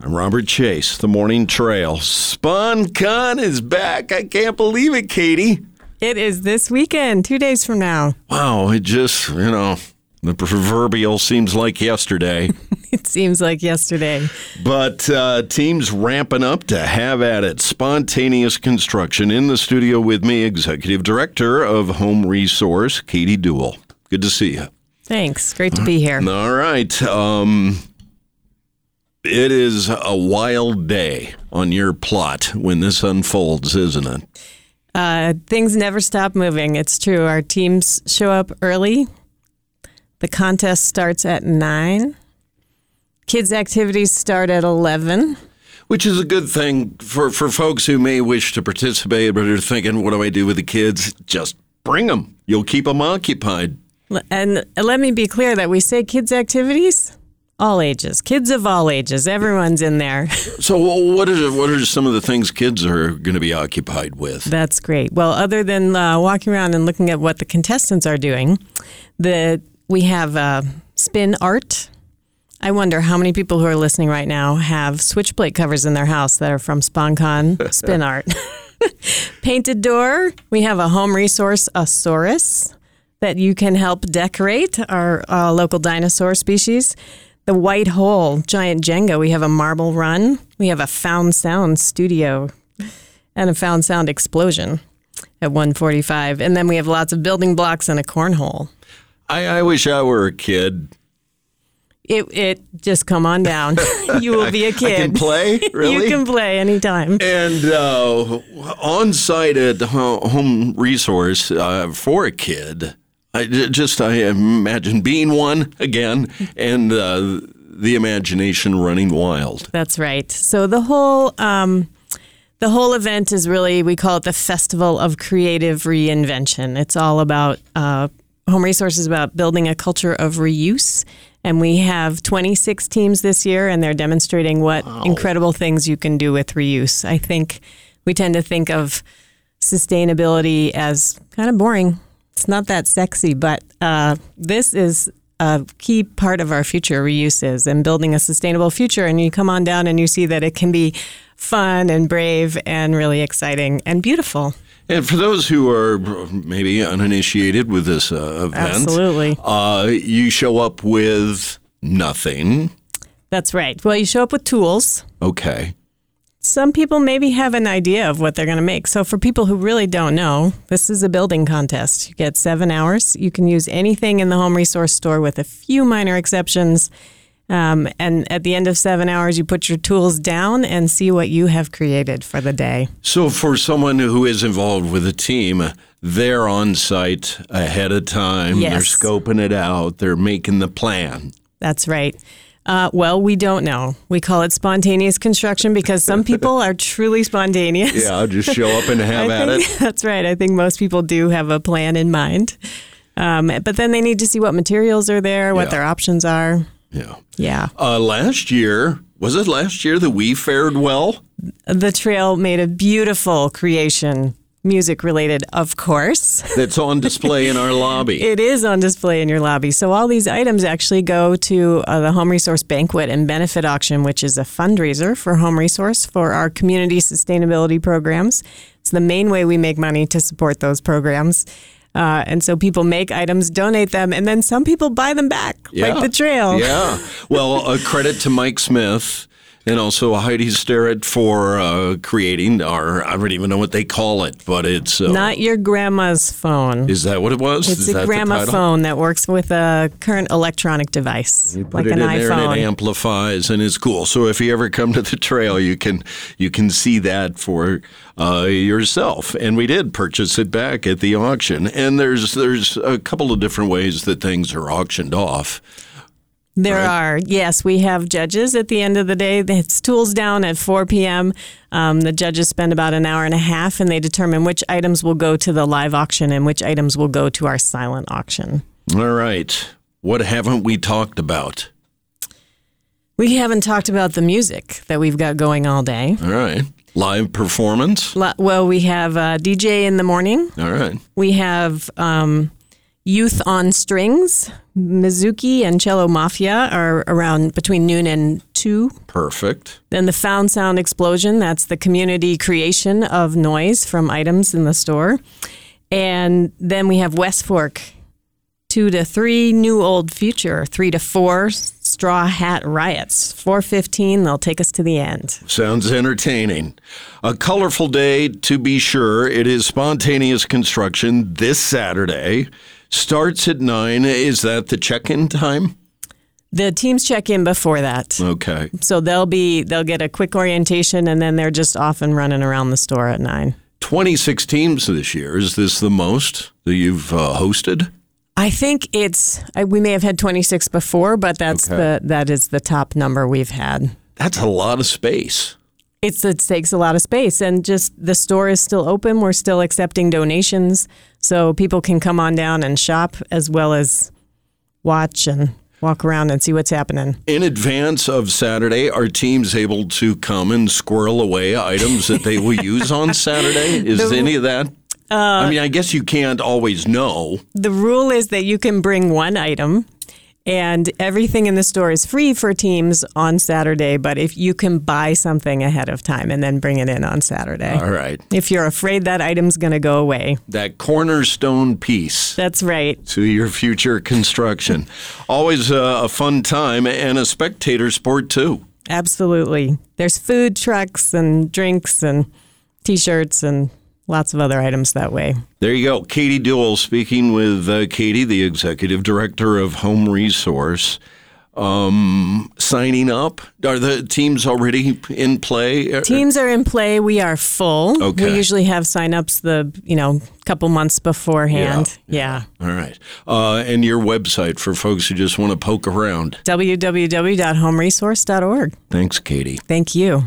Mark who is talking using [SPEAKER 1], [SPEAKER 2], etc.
[SPEAKER 1] I'm Robert Chase, The Morning Trail. SponCon is back. I can't believe it, Katie.
[SPEAKER 2] It is this weekend, two days from now.
[SPEAKER 1] Wow, it just, you know, the proverbial seems like yesterday.
[SPEAKER 2] It seems like yesterday.
[SPEAKER 1] But uh, teams ramping up to have at it. Spontaneous construction in the studio with me, Executive Director of Home Resource, Katie Duell. Good to see you.
[SPEAKER 2] Thanks. Great to be here.
[SPEAKER 1] All right. Um, it is a wild day on your plot when this unfolds, isn't it?
[SPEAKER 2] Uh, things never stop moving. It's true. Our teams show up early. The contest starts at 9. Kids' activities start at 11.
[SPEAKER 1] Which is a good thing for, for folks who may wish to participate but are thinking, what do I do with the kids? Just bring them. You'll keep them occupied.
[SPEAKER 2] L- And let me be clear that we say kids' activities, all ages, kids of all ages, everyone's in there.
[SPEAKER 1] So, wh- what is what are some of the things kids are going to be occupied with?
[SPEAKER 2] That's great. Well, other than uh, walking around and looking at what the contestants are doing, the we have uh, spin art. I wonder how many people who are listening right now have switchblade covers in their house that are from SponCon spin art. Painted door. We have a home resource, a saurus, that you can help decorate our uh, local dinosaur species. The White Hole, giant Jenga. We have a marble run. We have a found sound studio and a found sound explosion at 145 and then we have lots of building blocks and a cornhole
[SPEAKER 1] I, I wish I were a kid.
[SPEAKER 2] it, it just come on down you will be a
[SPEAKER 1] I can
[SPEAKER 2] kid
[SPEAKER 1] play really.
[SPEAKER 2] you can play anytime
[SPEAKER 1] and uh, on site at Ho- Home Resource uh, for a kid, I j- just I imagine being one again, and uh, the imagination running wild.
[SPEAKER 2] that's right so the whole um, the whole event is really we call it the festival of creative reinvention it's all about uh, home resources about building a culture of reuse and we have 26 teams this year and they're demonstrating what incredible things you can do with reuse i think we tend to think of sustainability as kind of boring. It's not that sexy, but uh, this is a key part of our future reuses and building a sustainable future. And you come on down and you see that it can be fun and brave and really exciting and beautiful.
[SPEAKER 1] And for those who are maybe uninitiated with this uh, event,
[SPEAKER 2] Absolutely.
[SPEAKER 1] uh, you show up with nothing.
[SPEAKER 2] That's right. Well, you show up with tools.
[SPEAKER 1] Okay.
[SPEAKER 2] Some people maybe have an idea of what they're going to make. So, for people who really don't know, this is a building contest. You get seven hours. You can use anything in the home resource store with a few minor exceptions. Um, and at the end of seven hours, you put your tools down and see what you have created for the day.
[SPEAKER 1] So, for someone who is involved with a team, they're on site ahead of time.
[SPEAKER 2] Yes.
[SPEAKER 1] They're scoping it out. They're making the plan.
[SPEAKER 2] That's right. Uh, well, we don't know. We call it spontaneous construction because some people are truly spontaneous.
[SPEAKER 1] Yeah, I'll just show up and have
[SPEAKER 2] I
[SPEAKER 1] at
[SPEAKER 2] think
[SPEAKER 1] it.
[SPEAKER 2] That's right. I think most people do have a plan in mind. Um, but then they need to see what materials are there, what
[SPEAKER 1] Yeah.
[SPEAKER 2] their options are.
[SPEAKER 1] Yeah.
[SPEAKER 2] Yeah.
[SPEAKER 1] Uh, last year, was it last year that we fared well?
[SPEAKER 2] The trail made a beautiful creation, music related, of course.
[SPEAKER 1] That's on display in our lobby.
[SPEAKER 2] It is on display in your lobby. So all these items actually go to uh, the Home Resource Banquet and Benefit Auction, which is a fundraiser for Home Resource for our community sustainability programs. It's the main way we make money to support those programs. Uh, and so people make items, donate them, and then some people buy them back, like the trail.
[SPEAKER 1] Yeah. Well, a credit to Mike Smith and also Heidi Sterrett for uh, creating our, I don't even know what they call it, but it's. Uh,
[SPEAKER 2] Not your grandma's phone.
[SPEAKER 1] is that what it was?
[SPEAKER 2] It's
[SPEAKER 1] Is that
[SPEAKER 2] a
[SPEAKER 1] the title?
[SPEAKER 2] gramophone that works with a current electronic device, like
[SPEAKER 1] Put
[SPEAKER 2] an
[SPEAKER 1] it in there
[SPEAKER 2] iPhone.
[SPEAKER 1] and it amplifies and it's cool. So if you ever come to the trail, you can you can see that for uh, yourself. And we did purchase it back at the auction. And there's there's a couple of different ways that things are auctioned off.
[SPEAKER 2] There are, yes, we have judges at the end of the day. It's tools down at 4 p.m. Um, the judges spend about an hour and a half and they determine which items will go to the live auction and which items will go to our silent auction.
[SPEAKER 1] All right, what haven't we talked about?
[SPEAKER 2] We haven't talked about the music that we've got going all day.
[SPEAKER 1] All right, live performance.
[SPEAKER 2] Lo- Well, we have uh, DJ in the morning.
[SPEAKER 1] All right,
[SPEAKER 2] We have um, Youth on Strings, Mizuki and Cello Mafia are around between noon and 2.
[SPEAKER 1] Perfect.
[SPEAKER 2] Then the Found Sound Explosion, that's the community creation of noise from items in the store. And then we have West Fork, 2 to 3, New Old Future, 3 to 4, Straw Hat Riots. 4.15, they'll take us to the end.
[SPEAKER 1] Sounds entertaining. A colorful day, to be sure. It is spontaneous construction this Saturday. Starts at 9. Is that the check in time?
[SPEAKER 2] The teams check in before that.
[SPEAKER 1] Okay.
[SPEAKER 2] So they'll be they'll get a quick orientation and then they're just off and running around the store at 9.
[SPEAKER 1] 26 teams this year. Is this the most that you've uh, hosted?
[SPEAKER 2] I think it's I, we may have had 26 before, but that's
[SPEAKER 1] Okay.
[SPEAKER 2] the that is the top number we've had.
[SPEAKER 1] That's a lot of space.
[SPEAKER 2] It's it takes a lot of space, and just the store is still open. We're still accepting donations, so people can come on down and shop as well as watch and walk around and see what's happening.
[SPEAKER 1] In advance of Saturday, are teams able to come and squirrel away items that they will use on Saturday? Is any of that? I mean, I guess you can't always know.
[SPEAKER 2] The rule is that you can bring one item. And everything in the store is free for teams on Saturday, but if you can buy something ahead of time and then bring it in on Saturday.
[SPEAKER 1] All right.
[SPEAKER 2] If you're afraid that item's going to go away,
[SPEAKER 1] That cornerstone piece
[SPEAKER 2] that's right.
[SPEAKER 1] to your future construction. Always uh, a, a fun time and a spectator sport, too.
[SPEAKER 2] Absolutely. There's food trucks and drinks and t shirts and lots of other items that way.
[SPEAKER 1] There you go. Katie Duell speaking with uh, Katie, the executive director of Home Resource. Um, signing up? Are the teams already in play?
[SPEAKER 2] Teams are in play. We are full.
[SPEAKER 1] Okay.
[SPEAKER 2] We usually have signups the, you know, couple months beforehand. Yeah.
[SPEAKER 1] All right. Uh, and your website for folks who just want to poke around.
[SPEAKER 2] www.homeresource.org.
[SPEAKER 1] Thanks, Katie.
[SPEAKER 2] Thank you.